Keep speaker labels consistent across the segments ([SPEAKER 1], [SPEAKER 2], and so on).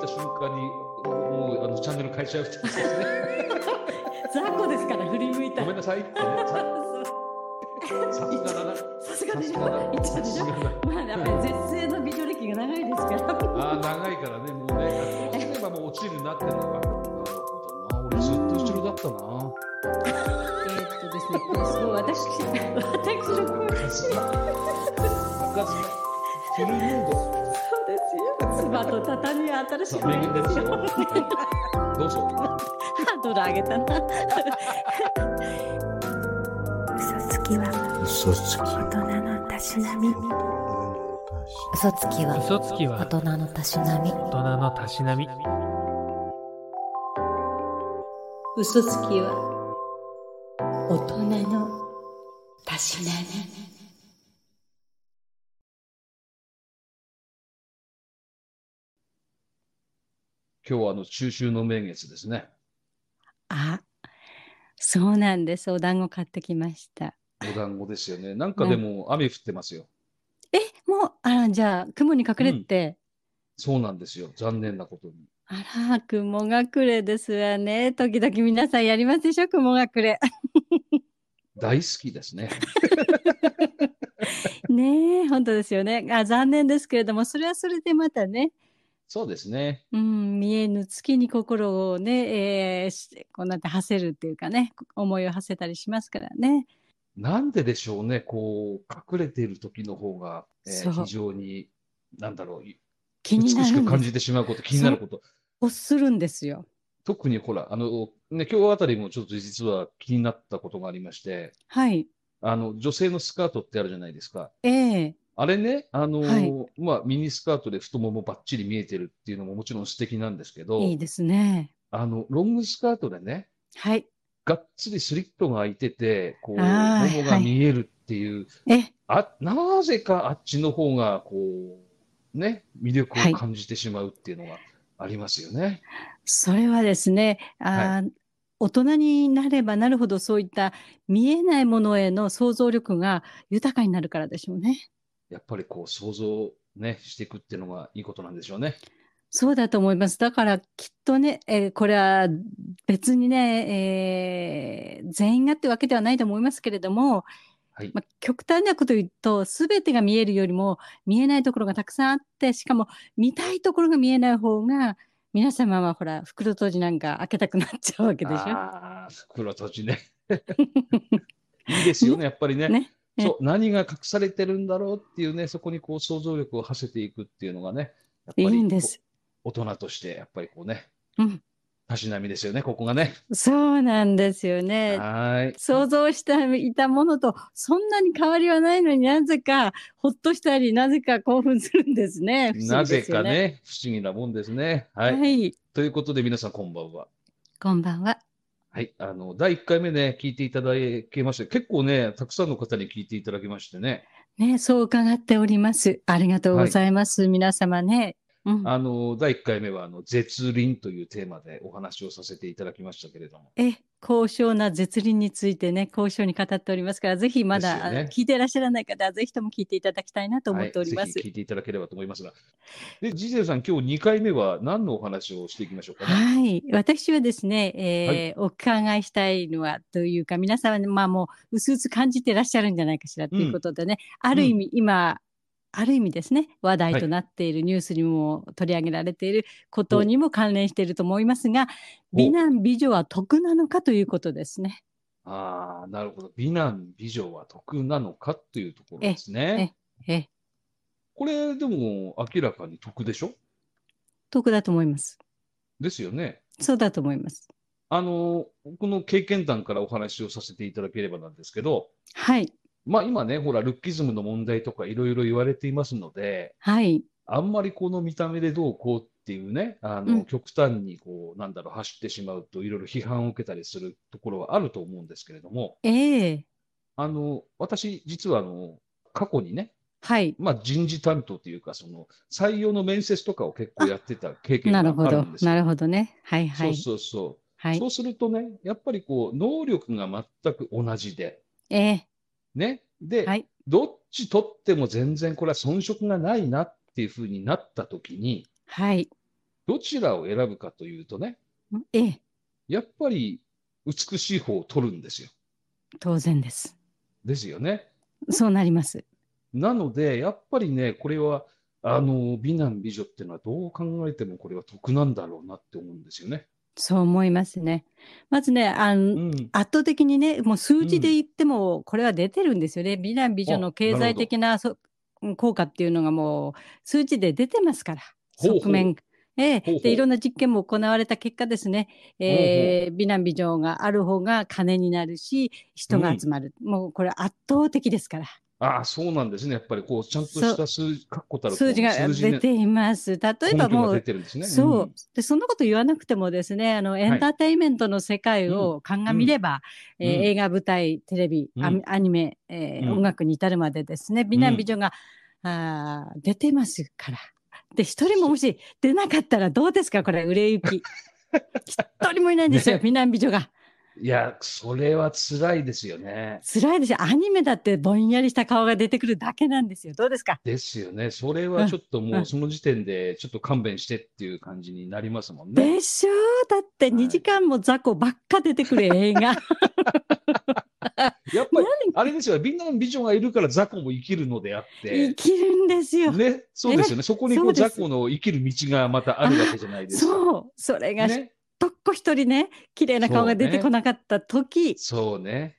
[SPEAKER 1] た瞬間に、もうあのチャンネル変えちゃうってやつですね。
[SPEAKER 2] 雑魚ですから振り向いた
[SPEAKER 1] ごめ
[SPEAKER 2] ら
[SPEAKER 1] んなさいってね。ささすがだな。
[SPEAKER 2] さすが
[SPEAKER 1] さ
[SPEAKER 2] ですしょ
[SPEAKER 1] がだ。
[SPEAKER 2] 一
[SPEAKER 1] さ
[SPEAKER 2] 応ですしょ
[SPEAKER 1] がだ。
[SPEAKER 2] まあやっぱり絶世の美女歴が長いですから
[SPEAKER 1] ああ、長いからね、もうね、落ちればもう落ちるなってのが。なるほどな。俺ずっと後ろだったな。
[SPEAKER 2] えーっとですねそう私私の声そう
[SPEAKER 1] 赤ずフルムード。
[SPEAKER 2] ですよ妻と畳は新しい
[SPEAKER 1] さあ、めぐですよ。はいどうぞ。
[SPEAKER 2] ハードル上げたな
[SPEAKER 3] 嘘つきは
[SPEAKER 4] 嘘つき
[SPEAKER 3] 大人のたしなみ
[SPEAKER 5] 嘘つきは
[SPEAKER 6] 嘘つきは
[SPEAKER 5] 大人のたしなみ
[SPEAKER 6] 大人のたしなみ
[SPEAKER 2] 嘘つきは大人のたしなみ
[SPEAKER 1] 今日はあの中秋の名月ですね。
[SPEAKER 2] あそうなんですお団子買ってきました
[SPEAKER 1] お団子ですよね。なんかでも雨降ってますよ。
[SPEAKER 2] えもうあらじゃあ雲に隠れて、
[SPEAKER 1] そうなんですよ。残念なことに。
[SPEAKER 2] あら雲隠れですわね時々皆さんやりますでしょ雲隠れ
[SPEAKER 1] 大好きですね。
[SPEAKER 2] ねえ本当ですよねあ残念ですけれどもそれはそれでまたね
[SPEAKER 1] そうですね。
[SPEAKER 2] うん、見えぬ月に心をね、えーしこうなって馳せるっていうかね思いを馳せたりしますからね
[SPEAKER 1] なんででしょうね。こう、隠れている時の方が、えー
[SPEAKER 2] そう
[SPEAKER 1] 非常に、なんだろう、い
[SPEAKER 2] 気に
[SPEAKER 1] 美
[SPEAKER 2] な
[SPEAKER 1] し
[SPEAKER 2] る
[SPEAKER 1] く
[SPEAKER 2] ん
[SPEAKER 1] 感
[SPEAKER 2] です
[SPEAKER 1] じてしまうこと、気になること。
[SPEAKER 2] 欲するんですよ
[SPEAKER 1] 特にほら、あの、ね、今日あたりもちょっと実は気になったことがありまして、
[SPEAKER 2] はい
[SPEAKER 1] あの、女性のスカートってあるじゃないですか。
[SPEAKER 2] ええ
[SPEAKER 1] あれね、あの、
[SPEAKER 2] はい
[SPEAKER 1] まあ、ミニスカートで太ももばっちり見えてるっていうのももちろん素敵なんですけど、
[SPEAKER 2] いいですね
[SPEAKER 1] あの、ロングスカートでね、
[SPEAKER 2] はい
[SPEAKER 1] がっつりスリットが開いてて、こう、も
[SPEAKER 2] あ
[SPEAKER 1] も
[SPEAKER 2] ー
[SPEAKER 1] が見えるっていう、
[SPEAKER 2] え
[SPEAKER 1] あ、なぜかあっちの方が、こう、ね、魅力
[SPEAKER 2] はい
[SPEAKER 1] を感じてしまうっていうのがありますよね。
[SPEAKER 2] それはですね、あー大人になればなるほどそういった見えないものへの想像力が豊かになるからでしょうね。
[SPEAKER 1] やっぱりこう、想像、ね、していくっていうのがいいことなんでしょうね。
[SPEAKER 2] そうだと思います。だからきっとね、えーこれは別にね、えー全員がってわけではないと思いますけれども、
[SPEAKER 1] はい。
[SPEAKER 2] まあ、極端なこと言うと全てが見えるよりも見えないところがたくさんあってしかも見たいところが見えない方が皆様はほら袋閉じなんか開けたくなっちゃうわけでしょ。
[SPEAKER 1] ああ、袋閉 じね。いいですよね、やっぱりね。
[SPEAKER 2] ねね
[SPEAKER 1] そう、何が隠されてるんだろうっていうね、そこにこう想像力を馳せていくっていうのがね、やっぱり
[SPEAKER 2] いいんです
[SPEAKER 1] こう大人として、やっぱりこうね、
[SPEAKER 2] うん
[SPEAKER 1] たしなみですよね、ここがね。
[SPEAKER 2] そうなんですよね。
[SPEAKER 1] はーい。
[SPEAKER 2] 想像していたものとそんなに変わりはないのになぜかほっとしたりなぜか興奮するんですね。 不思議
[SPEAKER 1] なぜ
[SPEAKER 2] ですよ
[SPEAKER 1] か。ね、不思議なもんですね。は。
[SPEAKER 2] はいい、
[SPEAKER 1] ということで、皆さん、こんばんは。
[SPEAKER 2] こんばんは。
[SPEAKER 1] はい。あの、第1回目ね、聞いていただけまして、結構ね、たくさんの方に聞いていただきましてね、
[SPEAKER 2] ね、そう伺っております。ありがとうございます、皆様ね。うん、
[SPEAKER 1] あの、第1回目は、あの、絶倫というテーマでお話をさせていただきましたけれども、
[SPEAKER 2] え、高尚な絶倫についてね、高尚に語っておりますから、ぜひまだ、
[SPEAKER 1] です
[SPEAKER 2] あ
[SPEAKER 1] よね
[SPEAKER 2] の聞いていらっしゃらない方は、ぜひとも聞いていただきたいなと思っておりま
[SPEAKER 1] はい、
[SPEAKER 2] す
[SPEAKER 1] ぜ。ひ聞いていただければと思いますが、で、ジゼルさん、今日2回目は何のお話をしていきましょうかね。
[SPEAKER 2] はい、私はですね、えーお伺いしたいのはというか皆さんは、まあ、もう薄々感じてらっしゃるんじゃないかしらということでね、ある意味、今ある意味ですね話題となっているニュースにも取り上げられていることにも関連していると思いますが
[SPEAKER 1] お
[SPEAKER 2] 美男美女は得なのかということですね。
[SPEAKER 1] ああ、なるほど。美男、美女は得なのかというところですね。
[SPEAKER 2] え
[SPEAKER 1] これ、でも、明らかに得でしょ
[SPEAKER 2] 得だと思います。
[SPEAKER 1] ですよね。
[SPEAKER 2] そうだと思います。
[SPEAKER 1] あの、僕の経験談からお話をさせていただければなんですけど、
[SPEAKER 2] はい
[SPEAKER 1] まあ今ね、ほら、ルッキズムの問題とかいろいろ言われていますので、
[SPEAKER 2] はい
[SPEAKER 1] あんまりこの見た目でどうこうっていうね、あ
[SPEAKER 2] うん
[SPEAKER 1] の、極端にこう、なんだろう、走ってしまうといろいろ批判を受けたりするところはあると思うんですけれども、
[SPEAKER 2] ええ
[SPEAKER 1] あの、私、実はあの、過去にね、
[SPEAKER 2] はい
[SPEAKER 1] まあ人事担当というか、その、採用の面接とかを結構やってた経験が
[SPEAKER 2] な
[SPEAKER 1] あ
[SPEAKER 2] るほ
[SPEAKER 1] る
[SPEAKER 2] ど
[SPEAKER 1] んですよ
[SPEAKER 2] なるほどねはいは
[SPEAKER 1] そう
[SPEAKER 2] い
[SPEAKER 1] そうそう。
[SPEAKER 2] はい
[SPEAKER 1] そうするとね、やっぱりこう、能力が全く同じで、
[SPEAKER 2] ええ
[SPEAKER 1] ね。で、
[SPEAKER 2] はい
[SPEAKER 1] どっち取っても全然これは遜色がないなっていうふうになったときに、
[SPEAKER 2] はい
[SPEAKER 1] どちらを選ぶかというとね、
[SPEAKER 2] ええ、
[SPEAKER 1] やっぱり美しい方を取るんですよ。
[SPEAKER 2] 当然です。
[SPEAKER 1] ですよね。
[SPEAKER 2] そうなります。
[SPEAKER 1] なので、やっぱりね、これは、あの、美男美女っていうのはどう考えてもこれは得なんだろうなって思うんですよね。
[SPEAKER 2] そう思いますね。まずね、あの
[SPEAKER 1] うん。
[SPEAKER 2] 圧倒的にね、もう数字で言っても、これは出てるんですよね。美男美女
[SPEAKER 1] あ
[SPEAKER 2] の経
[SPEAKER 1] なる
[SPEAKER 2] 済
[SPEAKER 1] ほど
[SPEAKER 2] 的なそうん効果っていうのがもう数字で出てますから、
[SPEAKER 1] ほうほう
[SPEAKER 2] 側面。ええ
[SPEAKER 1] ほうほう
[SPEAKER 2] でいろんな実験も行われた結果ですね、えー美男美女がある方が金になるし人が集まる、もうこれ圧倒的ですから
[SPEAKER 1] ああ、そうなんですね。やっぱりこう、ちゃんとした数字、確固たるこう
[SPEAKER 2] 数字が出ています。例え
[SPEAKER 1] 根拠
[SPEAKER 2] ば
[SPEAKER 1] が
[SPEAKER 2] もう
[SPEAKER 1] 出てるんですね。
[SPEAKER 2] そうでそんなこと言わなくてもですねあのエンターテインメントの世界を鑑みれば、
[SPEAKER 1] うん
[SPEAKER 2] えー
[SPEAKER 1] うん
[SPEAKER 2] 映画舞台テレビ、ア
[SPEAKER 1] うん
[SPEAKER 2] アニメ、えー
[SPEAKER 1] うん
[SPEAKER 2] 音楽に至るまでですね美男美女が、あー出てますから。で一人ももし出なかったらどうですかこれ売れ 行き一人もいないんですよ、
[SPEAKER 1] ね
[SPEAKER 2] 美男美女が
[SPEAKER 1] うんいや、それは辛いですよね。
[SPEAKER 2] 辛いでしょアニメだってぼんやりした顔が出てくるだけなんですよどうですか
[SPEAKER 1] ですよね。それはちょっともうその時点でちょっと勘弁してっていう感じになりますもんね。
[SPEAKER 2] でしょうだって
[SPEAKER 1] はい
[SPEAKER 2] 2時間も雑魚ばっか出てくる 映画
[SPEAKER 1] やっぱり、あれですよ、みんなの美女がいるから雑魚も生きるのであっ
[SPEAKER 2] 生
[SPEAKER 1] て、
[SPEAKER 2] きるんですよ、
[SPEAKER 1] ね、そうですよね。そこにこ
[SPEAKER 2] そううです
[SPEAKER 1] 雑魚の生きる道がまたあるわけじゃないですか。
[SPEAKER 2] そうそれが
[SPEAKER 1] ね、
[SPEAKER 2] とっこ一人ね綺麗な顔が出てこなかった時
[SPEAKER 1] そうね。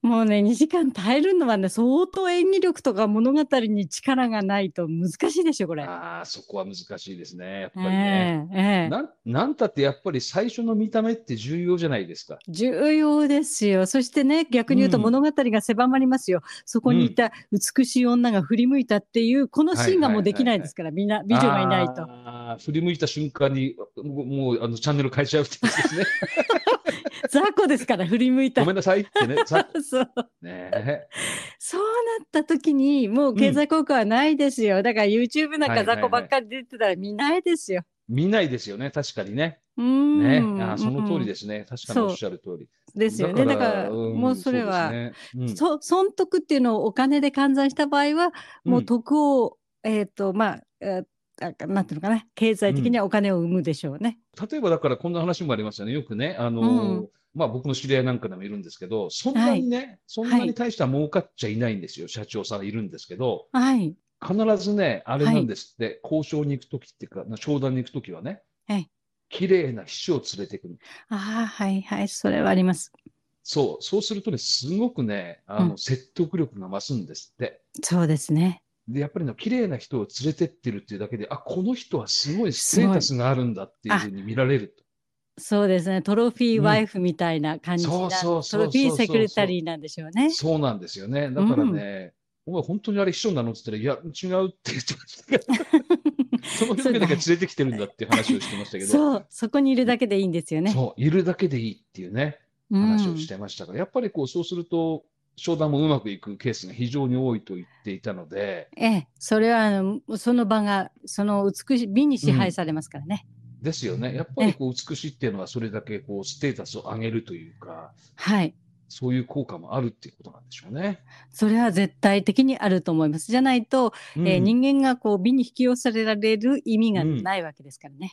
[SPEAKER 2] もうね2時間耐えるのはね相当演技力とか物語に力がないと難しいでしょこれ。
[SPEAKER 1] ああ、そこは難しいですね。やっぱ
[SPEAKER 2] え
[SPEAKER 1] りね。
[SPEAKER 2] えええ
[SPEAKER 1] なんなんたってやっぱり最初の見た目って重要じゃないですか。
[SPEAKER 2] 重要ですよそしてね逆に言うと
[SPEAKER 1] うん
[SPEAKER 2] 物語が狭まりますよ、そこにいた美しい女が振り向いたっていうこのシーンがもうできないですから、みんな美女がいないと
[SPEAKER 1] あー振り向いた瞬間に、もうもうあのチャンネル変えちゃうってやつですね。
[SPEAKER 2] 雑魚ですから振り向いた
[SPEAKER 1] ごめんなさいってね。雑
[SPEAKER 2] そう
[SPEAKER 1] 魚ね。
[SPEAKER 2] そうなった時にもう経済効果はないですよ、だから YouTube なんか雑魚ばっかり出てたら見ないですよ
[SPEAKER 1] 見ないですよね、確かにね。ね、
[SPEAKER 2] ね。
[SPEAKER 1] あーその通りですすね、確かにおっしゃる通り。
[SPEAKER 2] ですよね。だから、
[SPEAKER 1] ん
[SPEAKER 2] もうそれ
[SPEAKER 1] そ
[SPEAKER 2] は、
[SPEAKER 1] うですね
[SPEAKER 2] そ損得っていうのをお金で換算した場合は、
[SPEAKER 1] うん
[SPEAKER 2] もう得を、えっ、と、まあ、えーなんかなんていうのかな、経済的にはお金を生むでしょう
[SPEAKER 1] う
[SPEAKER 2] ね。
[SPEAKER 1] ん例えばだからこんな話もありますよね、よくね、あの
[SPEAKER 2] う
[SPEAKER 1] ーまあ、僕の知り合いなんかでもいるんですけど、そんなにね、そんなに大した儲かっちゃいないんですよ、社長さんいるんですけど、
[SPEAKER 2] はい。
[SPEAKER 1] 必ずね、あれなんですって、交渉に行くときっていうか、商談に行くときはね
[SPEAKER 2] はい、
[SPEAKER 1] 綺麗な秘書を連れてくる。
[SPEAKER 2] ああ、はいはい、それはあります。
[SPEAKER 1] そう、そうするとね、すごくね、あ
[SPEAKER 2] う
[SPEAKER 1] の説得力が増すんですって。
[SPEAKER 2] そうですね。
[SPEAKER 1] で、やっぱりの綺麗な人を連れてってるっていうだけで、あ、この人はすごいステータスがあるんだっていうふうに見られると。
[SPEAKER 2] そうですね。トロフィーワイフみたいな感じな、
[SPEAKER 1] そうそう
[SPEAKER 2] ト
[SPEAKER 1] そうそう
[SPEAKER 2] ロフィーセクレタリーなんでしょうね。
[SPEAKER 1] そうなんですよね。だからね、お前本当にあれ秘書なのって言ったら、いや、違うって言ってましたけど、その人だけ連れてきてるんだっていう話をしてましたけど、
[SPEAKER 2] そう、そこにいるだけでいいんですよね。
[SPEAKER 1] そう、いるだけでいいっていうね、
[SPEAKER 2] うん
[SPEAKER 1] 話をしてましたから、やっぱりこう、そうすると、商談もうまくいくケースが非常に多いと言っていたので、
[SPEAKER 2] ええ、それはあのその場がその美しい美に支配されますからね。
[SPEAKER 1] ですよね。やっぱりこう、美しいっていうのは、それだけこう、ステータスを上げるというか、
[SPEAKER 2] はい。
[SPEAKER 1] そういう効果もあるっていうことなんでしょうね。
[SPEAKER 2] それは絶対的にあると思います。じゃないと、えー
[SPEAKER 1] うん
[SPEAKER 2] 人間がこう美に引き寄せられる意味がないわけですからね。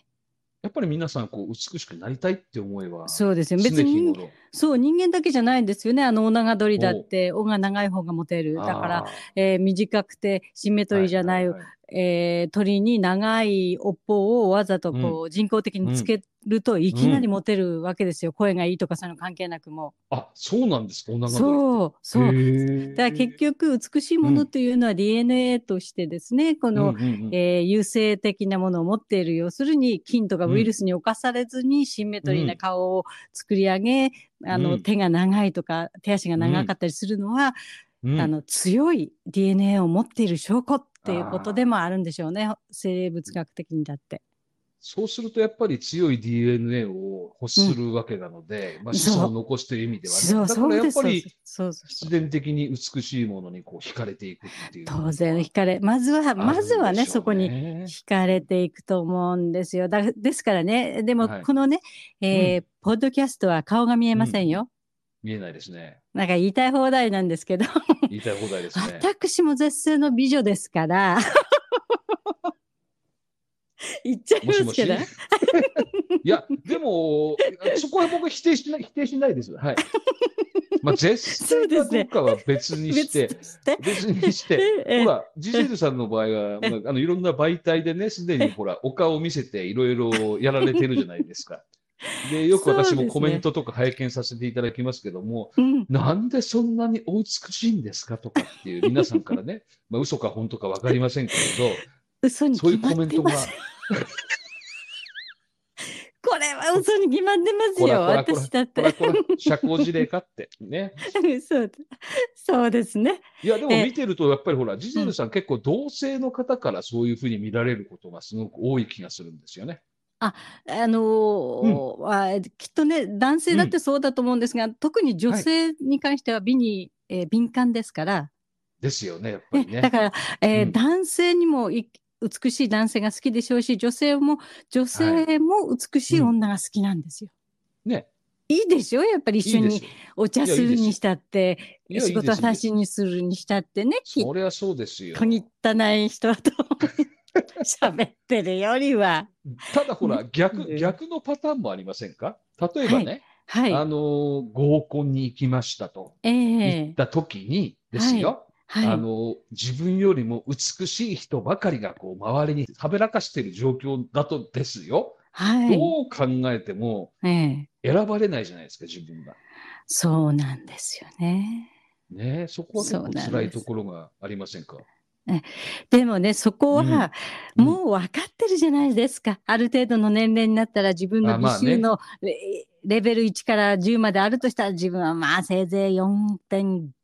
[SPEAKER 1] やっぱり皆さんこう美しくなりたいって思いは
[SPEAKER 2] そうです
[SPEAKER 1] 常
[SPEAKER 2] よ。別
[SPEAKER 1] 日
[SPEAKER 2] に
[SPEAKER 1] 頃
[SPEAKER 2] そう人間だけじゃないんですよね。あのお長鳥だって尾が長い方がモテる。だから、えー短くてシンメトリーじゃない、
[SPEAKER 1] ははは
[SPEAKER 2] えー鳥に長い尾っぽをわざとこう人工的につけるといきなりモテるわけですよ。声がいいとかそういうの関係なくも
[SPEAKER 1] あそうなんですかお
[SPEAKER 2] う。
[SPEAKER 1] 腹
[SPEAKER 2] そうそう。
[SPEAKER 1] う
[SPEAKER 2] だから結局美しいものというのは DNA としてですね、この、えー優勢的なものを持っている要するに菌とかウイルスに侵されずにシンメトリーな顔を作り上げ、あ
[SPEAKER 1] う
[SPEAKER 2] の
[SPEAKER 1] ん
[SPEAKER 2] 手が長いとか手足が長かったりするのは、あの強い DNA を持っている証拠っていうことでもあるんでしょうね生物学的にだって。
[SPEAKER 1] そうするとやっぱり強い DNA を欲するわけなので、まあ、子孫を残すという意味ではね
[SPEAKER 2] そう
[SPEAKER 1] だ
[SPEAKER 2] そ
[SPEAKER 1] から
[SPEAKER 2] う
[SPEAKER 1] や
[SPEAKER 2] で
[SPEAKER 1] っ
[SPEAKER 2] すそ
[SPEAKER 1] ぱ
[SPEAKER 2] うで
[SPEAKER 1] り
[SPEAKER 2] すそうそうそ
[SPEAKER 1] 自
[SPEAKER 2] う
[SPEAKER 1] 然的に美しいものにこう惹かれていくっていう
[SPEAKER 2] 当然惹かれまずはまずはねそこに
[SPEAKER 1] に
[SPEAKER 2] 惹かれていくと思うんですよ。だですからね、でも
[SPEAKER 1] はい
[SPEAKER 2] このね、えーポッドキャストは顔が見えませんよ。
[SPEAKER 1] 見えないですね
[SPEAKER 2] なんか言いたい放題なんですけど、
[SPEAKER 1] 言いたい放題ですね
[SPEAKER 2] 私も絶世の美 女ですから。言っちゃい
[SPEAKER 1] も
[SPEAKER 2] ま
[SPEAKER 1] し
[SPEAKER 2] す
[SPEAKER 1] もし
[SPEAKER 2] けど、
[SPEAKER 1] いや、でも、そこは僕は否定しない、否定しないです。はい。まあ、ジェスチャーかどうかは別にして
[SPEAKER 2] 別、として。
[SPEAKER 1] 別にして、
[SPEAKER 2] ええ
[SPEAKER 1] ほら、ジジェルさんの場合は、まあ、あのいろんな媒体でね、すでにほら、お顔を見せていろいろやられてるじゃないですか。で、よく私
[SPEAKER 2] そうです
[SPEAKER 1] も
[SPEAKER 2] ね
[SPEAKER 1] コメントとか拝見させていただきますけども、
[SPEAKER 2] うん、
[SPEAKER 1] なんでそんなにお美しいんですかとかっていう皆さんからね、まあ嘘か本当か分かりませんけ れ
[SPEAKER 2] 嘘
[SPEAKER 1] ど、
[SPEAKER 2] に
[SPEAKER 1] そうい
[SPEAKER 2] 決
[SPEAKER 1] う
[SPEAKER 2] ま
[SPEAKER 1] コメ
[SPEAKER 2] っ
[SPEAKER 1] ン
[SPEAKER 2] て
[SPEAKER 1] ト
[SPEAKER 2] ま
[SPEAKER 1] が、
[SPEAKER 2] す。これは嘘に決まってます
[SPEAKER 1] こ
[SPEAKER 2] よ、
[SPEAKER 1] らこらこら
[SPEAKER 2] 私だっ
[SPEAKER 1] こ
[SPEAKER 2] て。
[SPEAKER 1] れこれ、社交辞令かってね。
[SPEAKER 2] そうそうですね。
[SPEAKER 1] いや、でも
[SPEAKER 2] ええ
[SPEAKER 1] 見てると、やっぱりほら、ジゼルさん結構同性の方からそういうふうに見られることがすごく多い気がするんですよね。
[SPEAKER 2] あのーあきっとね男性だってそうだと思うんですが、特に女性に関しては美に、えー敏感ですから、
[SPEAKER 1] ですよね、やっぱ
[SPEAKER 2] ね
[SPEAKER 1] りね。
[SPEAKER 2] だから、え
[SPEAKER 1] う
[SPEAKER 2] ー
[SPEAKER 1] ん
[SPEAKER 2] 男性にもい美しい男性が好きでしょうし女性も女性も美しい女が好きなんですよ。
[SPEAKER 1] ね、
[SPEAKER 2] いいでしょやっぱり
[SPEAKER 1] い
[SPEAKER 2] 一緒
[SPEAKER 1] いで
[SPEAKER 2] に
[SPEAKER 1] しょ。
[SPEAKER 2] お茶す
[SPEAKER 1] いやいい
[SPEAKER 2] る
[SPEAKER 1] です
[SPEAKER 2] にしたって
[SPEAKER 1] いや
[SPEAKER 2] 仕事
[SPEAKER 1] いいです
[SPEAKER 2] 話しにするにしたってねきっ
[SPEAKER 1] そりゃそうですよ
[SPEAKER 2] と。にったない人と 喋ってるよりは。
[SPEAKER 1] ただほら、逆、
[SPEAKER 2] ね
[SPEAKER 1] 逆のパターンもありませんか例えばね、
[SPEAKER 2] はい。
[SPEAKER 1] あのー合コンに行きましたと
[SPEAKER 2] え
[SPEAKER 1] 言
[SPEAKER 2] え
[SPEAKER 1] った時にですよ。
[SPEAKER 2] はい。
[SPEAKER 1] あの自分よりも美しい人ばかりがこう周りにはべらかしている状況だとですよ、
[SPEAKER 2] はい。
[SPEAKER 1] どう考えても
[SPEAKER 2] ええ
[SPEAKER 1] 選ばれないじゃないですか自分が。
[SPEAKER 2] そうなんですよね。
[SPEAKER 1] ねえ、そこは結
[SPEAKER 2] そう
[SPEAKER 1] 構
[SPEAKER 2] なんです
[SPEAKER 1] 辛いところがありませんか。
[SPEAKER 2] でもね、そこは、
[SPEAKER 1] うん
[SPEAKER 2] もう分かってるじゃないですか。ある程度の年齢になったら自分の
[SPEAKER 1] あまあ
[SPEAKER 2] 美
[SPEAKER 1] ね
[SPEAKER 2] 醜のレレベル1から10まであるとしたら自分はまあせいぜい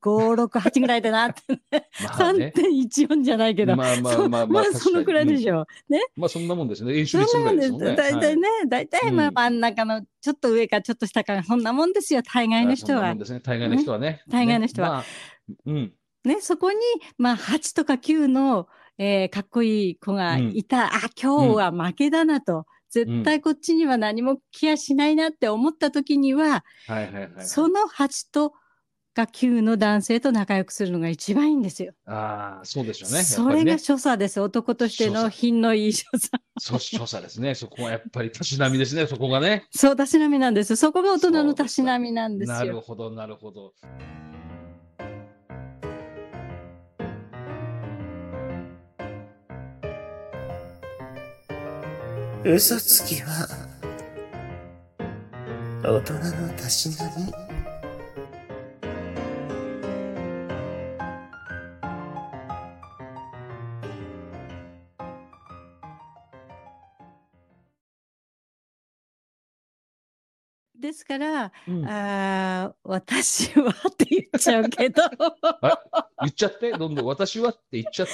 [SPEAKER 2] 4.568ぐらいだなって、
[SPEAKER 1] まあね、
[SPEAKER 2] 3.14じゃないけど。
[SPEAKER 1] まあまあ
[SPEAKER 2] そう
[SPEAKER 1] まあま
[SPEAKER 2] ま
[SPEAKER 1] あ
[SPEAKER 2] あ
[SPEAKER 1] 確かに
[SPEAKER 2] そのくらいでしょう。ね。
[SPEAKER 1] まあそんなもんですね。演習
[SPEAKER 2] そんな
[SPEAKER 1] 率ぐ
[SPEAKER 2] も
[SPEAKER 1] らい
[SPEAKER 2] ん
[SPEAKER 1] で
[SPEAKER 2] ですす
[SPEAKER 1] もんね。
[SPEAKER 2] 大体ね、大体ま
[SPEAKER 1] う
[SPEAKER 2] あ
[SPEAKER 1] ん
[SPEAKER 2] 真ん中のちょっと上かちょっと下か、そんなもんですよ、大
[SPEAKER 1] は
[SPEAKER 2] 概
[SPEAKER 1] い
[SPEAKER 2] の人
[SPEAKER 1] そんなも
[SPEAKER 2] は
[SPEAKER 1] ん。ですね。大概の人はね。
[SPEAKER 2] 大概の人は
[SPEAKER 1] ねまあうん。
[SPEAKER 2] ね、そこに、まあ、8とか9の、えーかっこいい子がいた、あ今日は負けだなと、絶対こっちには何も気やしないなって思った時には、
[SPEAKER 1] はいはいはいはい。
[SPEAKER 2] その8とか9の男性と仲良くするのが一番いいんですよ。
[SPEAKER 1] ああ、そうでしょうね。
[SPEAKER 2] そ
[SPEAKER 1] やっぱ
[SPEAKER 2] れ
[SPEAKER 1] り
[SPEAKER 2] が
[SPEAKER 1] ね、
[SPEAKER 2] 所作です男として
[SPEAKER 1] 所
[SPEAKER 2] の
[SPEAKER 1] 作
[SPEAKER 2] 品のいい所作
[SPEAKER 1] そ 所作ですね。そこはやっぱりたしなみですね。そこがね。
[SPEAKER 2] そうたしなみなんですそこが大人
[SPEAKER 1] そう
[SPEAKER 2] の
[SPEAKER 1] ですか
[SPEAKER 2] たしなみなんです
[SPEAKER 1] なる
[SPEAKER 2] よ。
[SPEAKER 1] ほど、なるほど。
[SPEAKER 4] 嘘つきは大人のたしなみ
[SPEAKER 2] ですから、
[SPEAKER 1] うん
[SPEAKER 2] あー私はって言っちゃうけ ど
[SPEAKER 1] 言っちゃって、どんどん私はって言っちゃって。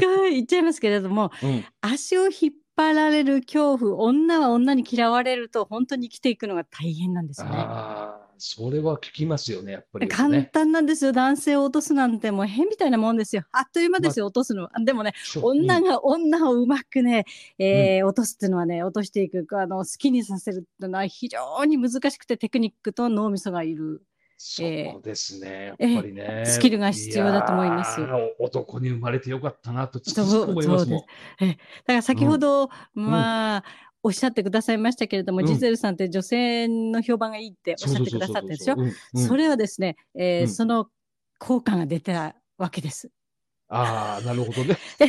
[SPEAKER 2] 言っちゃいますけれども
[SPEAKER 1] うん、
[SPEAKER 2] 足を引っ張られる恐怖女は女に嫌われると本当に生きていくのが大変なんですよね。
[SPEAKER 1] ああ、それは聞きますよね、やっぱり、
[SPEAKER 2] 簡
[SPEAKER 1] ね。
[SPEAKER 2] 単なんですよ男性を落とすなんてもう変みたいなもんですよあっという間ですよ、落とすのはでもね
[SPEAKER 1] そう
[SPEAKER 2] 女
[SPEAKER 1] うん
[SPEAKER 2] が女をうまくね、えー落とすっていうのはね落としていくあの好きにさせるっていうのは非常に難しくてテクニックと脳みそがいる
[SPEAKER 1] そうですね、やっ
[SPEAKER 2] えー
[SPEAKER 1] ぱりね。
[SPEAKER 2] スキルが必要だと思います
[SPEAKER 1] やー。男に生まれてよかったなとつく
[SPEAKER 2] そう
[SPEAKER 1] づく思いますもん
[SPEAKER 2] そ。だから先ほど、まあ、おっしゃってくださいましたけれども、
[SPEAKER 1] うん
[SPEAKER 2] ジゼルさんって女性の評判がいいっておっしゃってくださったでしょ
[SPEAKER 1] そうそうそうそううんうん
[SPEAKER 2] それはですね、えー
[SPEAKER 1] うん
[SPEAKER 2] その効果が出たわけです。
[SPEAKER 1] ああ、なるほ どね
[SPEAKER 2] え。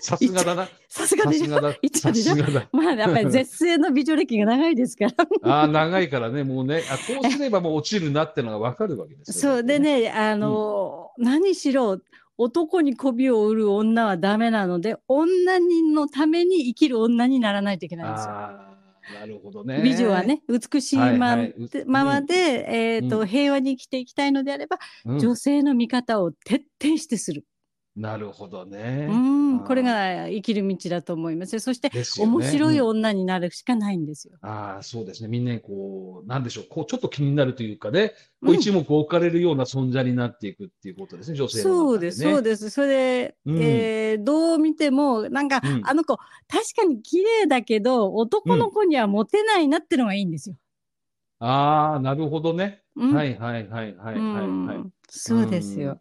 [SPEAKER 1] さすがだな。
[SPEAKER 2] さすが
[SPEAKER 1] さ
[SPEAKER 2] ですし
[SPEAKER 1] が
[SPEAKER 2] ょ
[SPEAKER 1] だ。
[SPEAKER 2] 一応
[SPEAKER 1] さ
[SPEAKER 2] でしょ
[SPEAKER 1] すがだ。
[SPEAKER 2] まあやっぱり絶世の美女歴が長いですから。
[SPEAKER 1] ああ、長いからね、もうね、あこうすればもう落ちるなってのがわかるわけですよ
[SPEAKER 2] そうで。ね、あのー何しろ男に媚びを売る女はダメなので、女人のために生きる女にならないといけないんですよ。
[SPEAKER 1] ああ、なるほどね。
[SPEAKER 2] 美女はね、美しいま,、
[SPEAKER 1] はいはいう
[SPEAKER 2] ままで、えっ、と、
[SPEAKER 1] うん
[SPEAKER 2] 平和に生きていきたいのであれば、
[SPEAKER 1] うん、
[SPEAKER 2] 女性の見方を徹底してする。
[SPEAKER 1] なるほどね。
[SPEAKER 2] うん、
[SPEAKER 1] あー
[SPEAKER 2] これが生きる道だと思いますよ。そして、
[SPEAKER 1] ですよね
[SPEAKER 2] 面白い
[SPEAKER 1] うん
[SPEAKER 2] 女になるしかないんですよ。
[SPEAKER 1] ああ、そうですね。みんなにこう、なんでしょう、こう、ちょっと気になるというかね、
[SPEAKER 2] う
[SPEAKER 1] こうん一目置かれるような存在になっていくっていうことですね、女性の
[SPEAKER 2] そう
[SPEAKER 1] 中
[SPEAKER 2] です、そう
[SPEAKER 1] で
[SPEAKER 2] です。それで、
[SPEAKER 1] うん
[SPEAKER 2] えーどう見ても、なんか、
[SPEAKER 1] うん
[SPEAKER 2] あの子、確かに綺麗だけど、男の子にはモテないなってのがいいんですよ。
[SPEAKER 1] ね。ああ、なるほどね。
[SPEAKER 2] うん
[SPEAKER 1] はいはいはいはいはいはい。
[SPEAKER 2] うんそうですよ。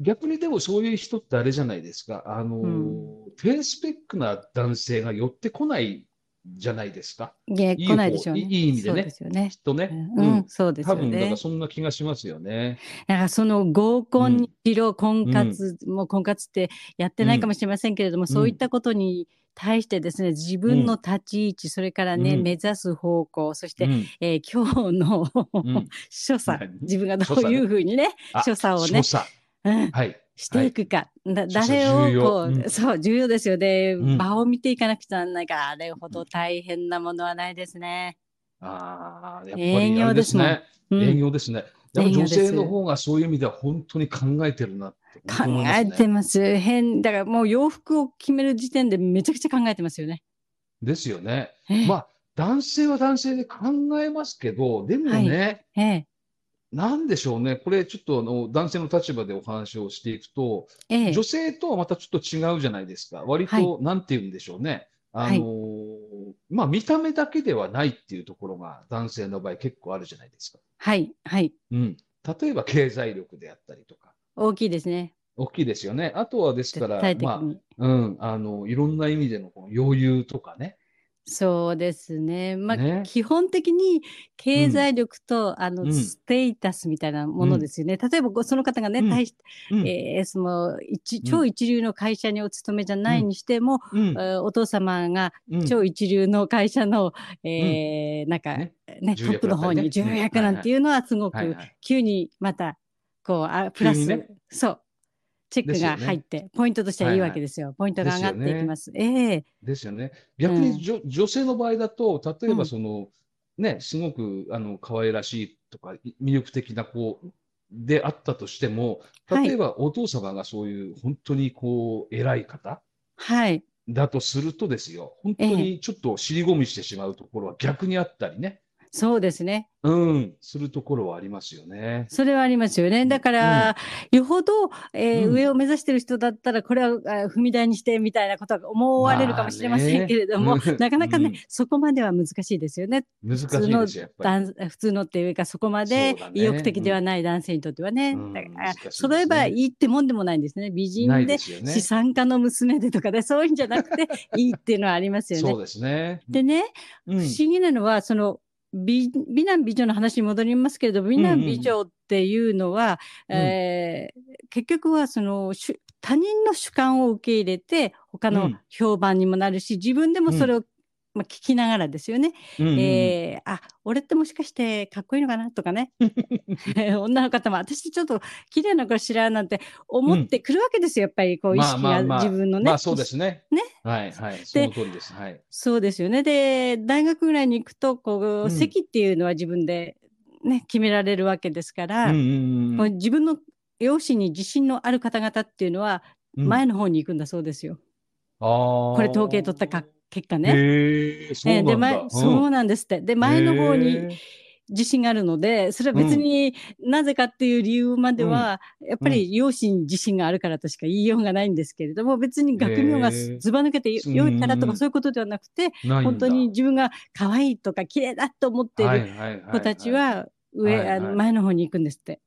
[SPEAKER 1] 逆にでもそういう人ってあれじゃないですか。あのー
[SPEAKER 2] うん
[SPEAKER 1] 低スペックな男性が寄ってこないじゃないですか。
[SPEAKER 2] いや、
[SPEAKER 1] いい
[SPEAKER 2] 来ないでしょうね。
[SPEAKER 1] 方いいい意味でね
[SPEAKER 2] そうですよね
[SPEAKER 1] き。っと
[SPEAKER 2] う
[SPEAKER 1] ね。
[SPEAKER 2] ん、うんそうです
[SPEAKER 1] 多
[SPEAKER 2] よ
[SPEAKER 1] 分、だか
[SPEAKER 2] ね
[SPEAKER 1] ら。そんな気がしますよね。
[SPEAKER 2] なんかその合コンにしろ、婚活、もう婚活ってやってないかもしれませんけれども、そういったことに対してですね、自分の立ち位置、それからね、
[SPEAKER 1] うん
[SPEAKER 2] 目指す方向、そして、
[SPEAKER 1] うん
[SPEAKER 2] えー今日の、
[SPEAKER 1] ん
[SPEAKER 2] 所作
[SPEAKER 1] 何、
[SPEAKER 2] 自分がどういうふうにね、
[SPEAKER 1] あ
[SPEAKER 2] 所作をね
[SPEAKER 1] 所作。
[SPEAKER 2] うん、
[SPEAKER 1] はい。
[SPEAKER 2] していくか、だ
[SPEAKER 1] 所作
[SPEAKER 2] 誰を
[SPEAKER 1] 重要
[SPEAKER 2] こう、
[SPEAKER 1] うん
[SPEAKER 2] そう、重要ですよね、
[SPEAKER 1] うん
[SPEAKER 2] 場を見ていかなくちゃならないから、あれほど大変なものはないですね。
[SPEAKER 1] ああ、やっぱ
[SPEAKER 2] 営
[SPEAKER 1] りあれ
[SPEAKER 2] 業で
[SPEAKER 1] ですす
[SPEAKER 2] もん
[SPEAKER 1] ね。
[SPEAKER 2] うん
[SPEAKER 1] 営業ですね。やっぱ
[SPEAKER 2] 営業で
[SPEAKER 1] 女
[SPEAKER 2] す
[SPEAKER 1] 性の方がそういう意味では本当に考えてるなって本
[SPEAKER 2] 考
[SPEAKER 1] 当に思います
[SPEAKER 2] え
[SPEAKER 1] ね
[SPEAKER 2] てます。変、だからもう洋服を決める時点でめちゃくちゃ考えてますよね。
[SPEAKER 1] ですよね。
[SPEAKER 2] ええ
[SPEAKER 1] まあ、男性は男性で考えますけど、でもね、
[SPEAKER 2] ええ、
[SPEAKER 1] なんでしょうね。これちょっとあの男性の立場でお話をしていくと、
[SPEAKER 2] ええ
[SPEAKER 1] 女、性とはまたちょっと違うじゃないですか。割
[SPEAKER 2] は
[SPEAKER 1] と、なんて言うんでしょうね。あ
[SPEAKER 2] はい
[SPEAKER 1] のーまあ、見た目だけではないっていうところが男性の場合結構あるじゃないですか。
[SPEAKER 2] はい、はい。
[SPEAKER 1] うん。例えば経済力であったりとか。
[SPEAKER 2] 大きいですね。
[SPEAKER 1] 大きいですよね。あとはです
[SPEAKER 2] 絶
[SPEAKER 1] から、
[SPEAKER 2] 対的に。
[SPEAKER 1] まあ、うん、あの、いろんな意味でのこの余裕とかね。
[SPEAKER 2] そうですね。まあ、
[SPEAKER 1] ね
[SPEAKER 2] 基本的に経済力と、あの、
[SPEAKER 1] うん
[SPEAKER 2] ステータスみたいなものですよね。例えばこう、その方がね、
[SPEAKER 1] うん
[SPEAKER 2] 大し
[SPEAKER 1] うん、
[SPEAKER 2] えーその一
[SPEAKER 1] ん
[SPEAKER 2] 超一流の会社にお勤めじゃないにしても、
[SPEAKER 1] うん
[SPEAKER 2] えーお父様が
[SPEAKER 1] うん
[SPEAKER 2] 超一流の会社の、えーなんか、ね
[SPEAKER 1] ね
[SPEAKER 2] ト
[SPEAKER 1] 重
[SPEAKER 2] ッ
[SPEAKER 1] 役
[SPEAKER 2] プの方
[SPEAKER 1] だったり
[SPEAKER 2] に
[SPEAKER 1] ね
[SPEAKER 2] 重
[SPEAKER 1] うん
[SPEAKER 2] 役なんていうのはすごく、
[SPEAKER 1] はいはい。
[SPEAKER 2] 急にまたこうあプラス、
[SPEAKER 1] 急にね
[SPEAKER 2] そうチェックが入って、ポイントとしてはいいわけですよ、ポイントが上がっていきます。ええ
[SPEAKER 1] ですよね。逆に
[SPEAKER 2] うん
[SPEAKER 1] じょ女性の場合だと、例え
[SPEAKER 2] うん
[SPEAKER 1] ばその、ね、すごくあの可愛らしいとか、い魅力的な子であったとしても、
[SPEAKER 2] はい
[SPEAKER 1] 例えばお父様がそういう本当にこう、偉い方
[SPEAKER 2] はい
[SPEAKER 1] だとするとですよ、本当にちょっと尻込みしてしまうところは逆にあったりね、
[SPEAKER 2] そうですね
[SPEAKER 1] うん、するところはありますよね。
[SPEAKER 2] それはありますよねだから、よほど、えー
[SPEAKER 1] うん
[SPEAKER 2] 上を目指してる人だったらこれはあ踏み台にしてみたいなことは思われるかもしれませんけれども、
[SPEAKER 1] まあね
[SPEAKER 2] なかなかね、
[SPEAKER 1] うん
[SPEAKER 2] そこまでは難しいですよね
[SPEAKER 1] 難しいですよ、やっぱり。
[SPEAKER 2] 男普通のっていうかそこまで
[SPEAKER 1] そうだね
[SPEAKER 2] 意欲的ではない男性にとってはね、
[SPEAKER 1] うん
[SPEAKER 2] だか
[SPEAKER 1] 難
[SPEAKER 2] ら
[SPEAKER 1] しいですね
[SPEAKER 2] 揃えばいいってもんでもないんですね美人
[SPEAKER 1] ない
[SPEAKER 2] で
[SPEAKER 1] ですよね。
[SPEAKER 2] 資産家の娘でとかでそういうんじゃなくて いいっていうのはありますよ
[SPEAKER 1] そ
[SPEAKER 2] ね
[SPEAKER 1] う。ですね。
[SPEAKER 2] でね、
[SPEAKER 1] うん
[SPEAKER 2] 不思議なのはその美美男美女の話に戻りますけれど美
[SPEAKER 1] うん
[SPEAKER 2] 男
[SPEAKER 1] うん
[SPEAKER 2] 美女っていうのは、
[SPEAKER 1] うん
[SPEAKER 2] えー結局はその主他人の主観を受け入れて他
[SPEAKER 1] う
[SPEAKER 2] の
[SPEAKER 1] ん
[SPEAKER 2] 評判にもなるし自分でもそれを、まあ、聞きながらですよね、
[SPEAKER 1] うんうん
[SPEAKER 2] えーあ俺ってもしかしてかっこいいのかなと かね 女の方も私ちょっと綺麗な子知らんなんて思ってくるわけですよ、やっぱりこう意
[SPEAKER 1] まあ
[SPEAKER 2] 識
[SPEAKER 1] ま
[SPEAKER 2] が
[SPEAKER 1] あまあ
[SPEAKER 2] 自分のね。
[SPEAKER 1] まあそうですね。
[SPEAKER 2] ね
[SPEAKER 1] はいはい。その通りです。はい。
[SPEAKER 2] そうですよね。で大学ぐらいに行くとこう、
[SPEAKER 1] ん
[SPEAKER 2] 席っていうのは自分で、ね、決められるわけですから、
[SPEAKER 1] うんう
[SPEAKER 2] こ
[SPEAKER 1] ん
[SPEAKER 2] う自分の容姿に自信のある方々っていうのは
[SPEAKER 1] うん、
[SPEAKER 2] 前の方に行くんだそうですよ。
[SPEAKER 1] こ
[SPEAKER 2] これ統計取ったか結果ね。
[SPEAKER 1] へえ、そうな
[SPEAKER 2] えー
[SPEAKER 1] ん
[SPEAKER 2] で
[SPEAKER 1] だ。
[SPEAKER 2] 前
[SPEAKER 1] うん
[SPEAKER 2] そうなんですって。で前の方
[SPEAKER 1] へ
[SPEAKER 2] に
[SPEAKER 1] え
[SPEAKER 2] 自信があるのでそれは別になぜかっていう理由までは、やっぱり容姿に自信があるからとしか言いようがないんですけれども別に学名が
[SPEAKER 1] へー
[SPEAKER 2] ずば抜けて
[SPEAKER 1] うん
[SPEAKER 2] 良いからとかそういうことではなく
[SPEAKER 1] な
[SPEAKER 2] て
[SPEAKER 1] いんだ
[SPEAKER 2] 本当に自分が可愛いとか綺麗だと思ってい
[SPEAKER 1] はい
[SPEAKER 2] る
[SPEAKER 1] はいはいはい
[SPEAKER 2] 子たちは上、
[SPEAKER 1] はい
[SPEAKER 2] あの
[SPEAKER 1] はい
[SPEAKER 2] 前の方に行くんですって。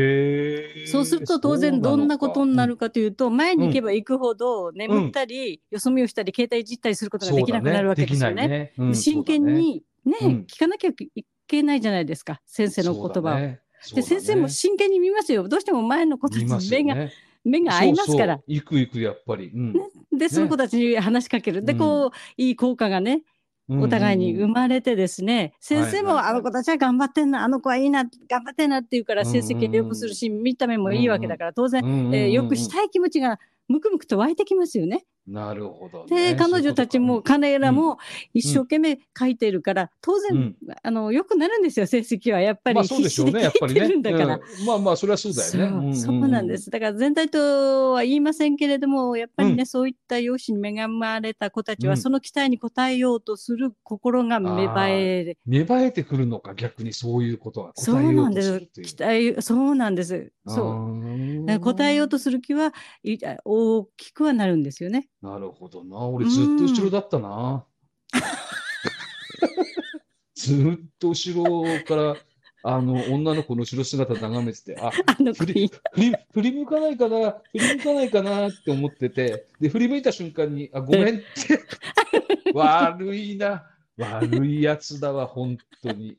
[SPEAKER 1] へえ
[SPEAKER 2] そうすると当然どんなことになるかというと前に行けば行くほど眠ったり、よそ見をしたり携帯いじったりすることができなくなるわけですよね。
[SPEAKER 1] ね。
[SPEAKER 2] 真剣にね、
[SPEAKER 1] うん
[SPEAKER 2] 聞かなきゃいけないじゃないですか先生の言葉を。で先生も真剣に見ますよどうしても前の子たち
[SPEAKER 1] 見ます
[SPEAKER 2] 目
[SPEAKER 1] よ
[SPEAKER 2] が、
[SPEAKER 1] ね。
[SPEAKER 2] 目が合いますから
[SPEAKER 1] そうそう。行く行くやっぱり。うん
[SPEAKER 2] でその子たちに話しかける、で
[SPEAKER 1] うん
[SPEAKER 2] こういい効果がねお互いに生まれてですね、先生
[SPEAKER 1] はい
[SPEAKER 2] も
[SPEAKER 1] はいはい
[SPEAKER 2] あの子たちは頑張ってんな、あの子はいいな、頑張ってんなって言うから成績良くするし、見た目もいいわけだから、当然、
[SPEAKER 1] うんうんうん
[SPEAKER 2] えーよくしたい気持ちがむくむくと湧いてきますよね。
[SPEAKER 1] なるほどね。
[SPEAKER 2] で、彼
[SPEAKER 1] そういうこ
[SPEAKER 2] 女
[SPEAKER 1] と
[SPEAKER 2] た
[SPEAKER 1] か
[SPEAKER 2] ちも、彼らも一生懸命書いてるから、当
[SPEAKER 1] うんう
[SPEAKER 2] 然、
[SPEAKER 1] ん
[SPEAKER 2] あの、良くなるんですよ、成績は。やっ
[SPEAKER 1] ま
[SPEAKER 2] ぱり
[SPEAKER 1] あそう
[SPEAKER 2] 必
[SPEAKER 1] でしょ
[SPEAKER 2] 死
[SPEAKER 1] う
[SPEAKER 2] で
[SPEAKER 1] ね、やっぱり
[SPEAKER 2] 書いて
[SPEAKER 1] ね。
[SPEAKER 2] るんだから。
[SPEAKER 1] うんまあまあ、それはそうだよね。んんん
[SPEAKER 2] そうそうなんです。。だから全体とは言いませんけれども、やっぱりね、
[SPEAKER 1] う
[SPEAKER 2] そういった容姿に恵まれた子たち
[SPEAKER 1] う
[SPEAKER 2] は、
[SPEAKER 1] ん
[SPEAKER 2] その期待に応えようとする心が芽生える。
[SPEAKER 1] 芽生えてくるのか、逆にそういうことが
[SPEAKER 2] そ
[SPEAKER 1] 答
[SPEAKER 2] う
[SPEAKER 1] えよ
[SPEAKER 2] な
[SPEAKER 1] うん
[SPEAKER 2] で
[SPEAKER 1] とする
[SPEAKER 2] す
[SPEAKER 1] ってい。う。
[SPEAKER 2] 期待、そうなんです。そう。だから
[SPEAKER 1] う
[SPEAKER 2] 答えようと
[SPEAKER 1] す
[SPEAKER 2] する気はいあ大きくはなるんですよね。
[SPEAKER 1] る。なるほどな。俺ずっと後ろだったな。ずっと後ろから、あの、女の子の後ろ姿眺めてて、あ、
[SPEAKER 2] あの子
[SPEAKER 1] 振
[SPEAKER 2] に
[SPEAKER 1] り。振り振り向かないかな、振り向かないかなって思ってて、で、振り向いた瞬間に、あ、ごめんって、悪いな。悪いやつだわ、本当に。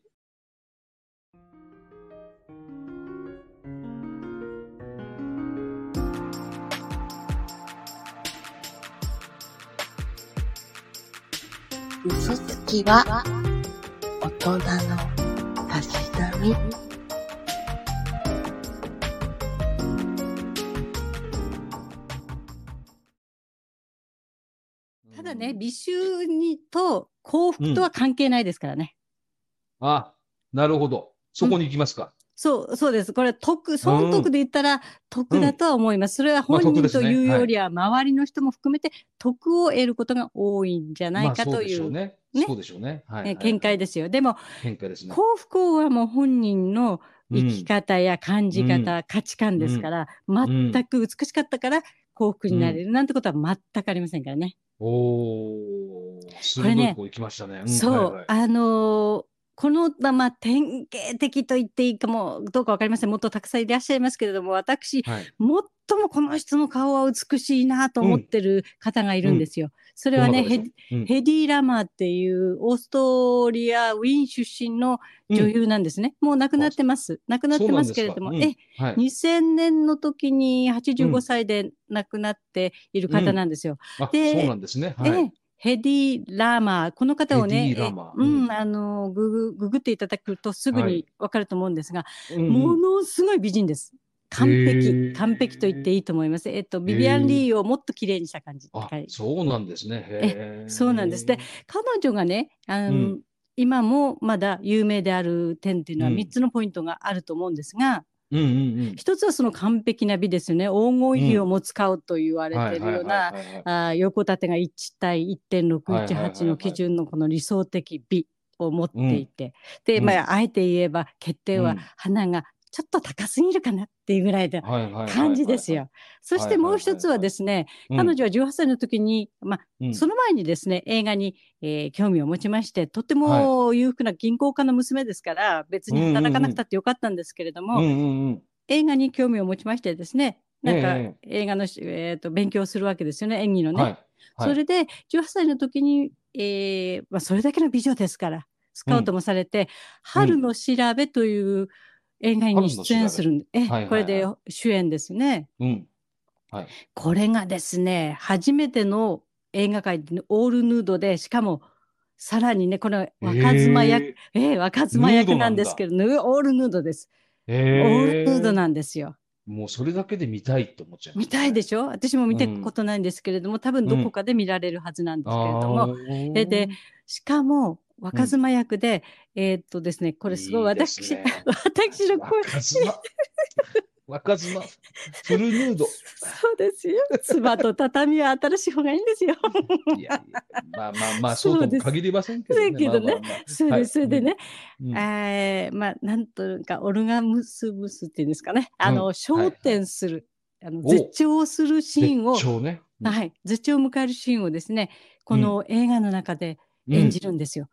[SPEAKER 6] 嘘つきは大人のたしなみ。
[SPEAKER 2] ただね、美醜にと幸福とは関係ないですからね。
[SPEAKER 1] あ、なるほど。そこに行きますか。
[SPEAKER 2] そう、そうです。これ、得、損得で言ったら得だとは思います。それは本
[SPEAKER 1] まあ得
[SPEAKER 2] 人
[SPEAKER 1] です
[SPEAKER 2] と
[SPEAKER 1] ね
[SPEAKER 2] いうよりは、周りの人も含めて得を得ることが多いんじゃない
[SPEAKER 1] まあ
[SPEAKER 2] か
[SPEAKER 1] そ
[SPEAKER 2] と
[SPEAKER 1] うで
[SPEAKER 2] い
[SPEAKER 1] しょ
[SPEAKER 2] う
[SPEAKER 1] うね。
[SPEAKER 2] ね
[SPEAKER 1] そうでしょうね。はいは
[SPEAKER 2] え
[SPEAKER 1] い。
[SPEAKER 2] 見解ですよ。でも、
[SPEAKER 1] 見解ですね。
[SPEAKER 2] 幸不幸はもう本人の生き方や感じ方、
[SPEAKER 1] う
[SPEAKER 2] 価値観ですから、
[SPEAKER 1] ん
[SPEAKER 2] 全く美しかったから幸福になれるなんてことは全くありませんからね。
[SPEAKER 1] おお、
[SPEAKER 2] れ
[SPEAKER 1] 鋭
[SPEAKER 2] ね
[SPEAKER 1] い子行きましたね。ん
[SPEAKER 2] そう、
[SPEAKER 1] はいはい
[SPEAKER 2] あのーこの、まあ、典型的と言っていいかもどうかわかりませんもっとたくさんいらっしゃいますけれども私
[SPEAKER 1] はい。
[SPEAKER 2] 最もこの人の顔は美しいなと思ってる方がいるんですよ。それはね
[SPEAKER 1] どな
[SPEAKER 2] ヘ
[SPEAKER 1] たでしょううん
[SPEAKER 2] ヘディ・ラマーっていうオーストリア・ウィーン出身の女優なんですね。もう亡くなってます。亡くなってますけれども、
[SPEAKER 1] そうなん
[SPEAKER 2] え
[SPEAKER 1] ですかうんはい
[SPEAKER 2] 2000年の時に
[SPEAKER 1] う
[SPEAKER 2] 85
[SPEAKER 1] ん
[SPEAKER 2] 歳で亡くなっている方なんですよ。
[SPEAKER 1] あ、
[SPEAKER 2] で
[SPEAKER 1] そうなんですね。
[SPEAKER 2] え
[SPEAKER 1] はい。
[SPEAKER 2] えヘディ・ラーマー、この方をね、
[SPEAKER 1] ヘディラーマー
[SPEAKER 2] ええう
[SPEAKER 1] うん
[SPEAKER 2] ん、あのググ、ググっていただくとすぐ
[SPEAKER 1] は
[SPEAKER 2] に
[SPEAKER 1] い
[SPEAKER 2] わかると思うんですが、
[SPEAKER 1] うん
[SPEAKER 2] も
[SPEAKER 1] うん
[SPEAKER 2] のすごい美人です。完
[SPEAKER 1] へ
[SPEAKER 2] 璧
[SPEAKER 1] え、
[SPEAKER 2] 完璧と言っていいと思います。えっと、ビビアン・リーをもっと綺麗にした感じ。
[SPEAKER 1] あ
[SPEAKER 2] は、い
[SPEAKER 1] そうなんですね。へー
[SPEAKER 2] そうなんですで彼女がね
[SPEAKER 1] う
[SPEAKER 2] あの、
[SPEAKER 1] ん
[SPEAKER 2] 今もまだ有名である点っていうのは
[SPEAKER 1] うん
[SPEAKER 2] 3つのポイントがあると思うんですが、
[SPEAKER 1] うんうんうん。
[SPEAKER 2] 一つはその完璧な美ですよね黄金比をも使うと言われてるよ
[SPEAKER 1] はいはいはい
[SPEAKER 2] うな
[SPEAKER 1] はいはい
[SPEAKER 2] あー横縦が1対
[SPEAKER 1] はいはいはいは
[SPEAKER 2] 1.618
[SPEAKER 1] い
[SPEAKER 2] の基準のこの理想的美を持っていて、
[SPEAKER 1] う
[SPEAKER 2] で、
[SPEAKER 1] ん
[SPEAKER 2] まあ、あえて言えば欠点
[SPEAKER 1] う
[SPEAKER 2] は
[SPEAKER 1] ん
[SPEAKER 2] 花がちょっと高すぎるかなっていうぐらいの
[SPEAKER 1] はいはいはいはい
[SPEAKER 2] 感じですよ。。そしてもう一つはですね、
[SPEAKER 1] うん
[SPEAKER 2] 彼女は18歳の時に、まあ、
[SPEAKER 1] うん
[SPEAKER 2] その前にですね映画に、えー興味を持ちましてとても裕福な銀行家の娘ですから別に働かなくたってよかったんですけれども、
[SPEAKER 1] うんうんうん。
[SPEAKER 2] 映画に興味を持ちましてですねなんか
[SPEAKER 1] え
[SPEAKER 2] 映画のし、えーと勉強するわけですよね演技のね。
[SPEAKER 1] はい。はい
[SPEAKER 2] それで18歳の時に、えーまあ、それだけの美女ですからスカウトもされて「春の調べ」という映画に出演するんで、え
[SPEAKER 1] はいはいはい
[SPEAKER 2] これで主演ですね。
[SPEAKER 1] うん。
[SPEAKER 2] これがですね、初めての映画界でオールヌードで、しかも、さらにね、この若妻役、
[SPEAKER 1] へ
[SPEAKER 2] ええ若妻
[SPEAKER 1] ヌードな
[SPEAKER 2] 役
[SPEAKER 1] んだ
[SPEAKER 2] なんですけど、ヌーオールヌードです。
[SPEAKER 1] ー。
[SPEAKER 2] オ
[SPEAKER 1] へー
[SPEAKER 2] ールヌードなんですよ。
[SPEAKER 1] もうそれだけで見たいって思っちゃいますね。
[SPEAKER 2] 見たいでしょ私も見たことないんですけれども、多分どこかで見られるはずなんですけれども、
[SPEAKER 1] あー
[SPEAKER 2] えで、しかも、若妻役で、えーっとですね、これすご
[SPEAKER 1] い
[SPEAKER 2] い
[SPEAKER 1] いです
[SPEAKER 2] 私、
[SPEAKER 1] ね
[SPEAKER 2] 私 の声、
[SPEAKER 1] 若妻。若妻。フルヌード。
[SPEAKER 2] そうですよ。妻と畳は新しい方がいいんですよ。
[SPEAKER 1] いやいやまあまあまあ、
[SPEAKER 2] そ
[SPEAKER 1] そううと
[SPEAKER 2] で
[SPEAKER 1] も
[SPEAKER 2] す
[SPEAKER 1] 限りませんけど
[SPEAKER 2] だ
[SPEAKER 1] ね。
[SPEAKER 2] けどね
[SPEAKER 1] まあまあまあ
[SPEAKER 2] そ れ
[SPEAKER 1] は
[SPEAKER 2] で
[SPEAKER 1] い
[SPEAKER 2] それでね、
[SPEAKER 1] うん
[SPEAKER 2] えーまあ、なんというか、オルガムスブスっていうんですかね、あの、
[SPEAKER 1] うん
[SPEAKER 2] 焦点する、あの
[SPEAKER 1] お
[SPEAKER 2] 絶頂するシーンを、
[SPEAKER 1] 絶頂ね。うん
[SPEAKER 2] はい、絶頂を迎えるシーンをですね、この映画の中で演じるんですよ。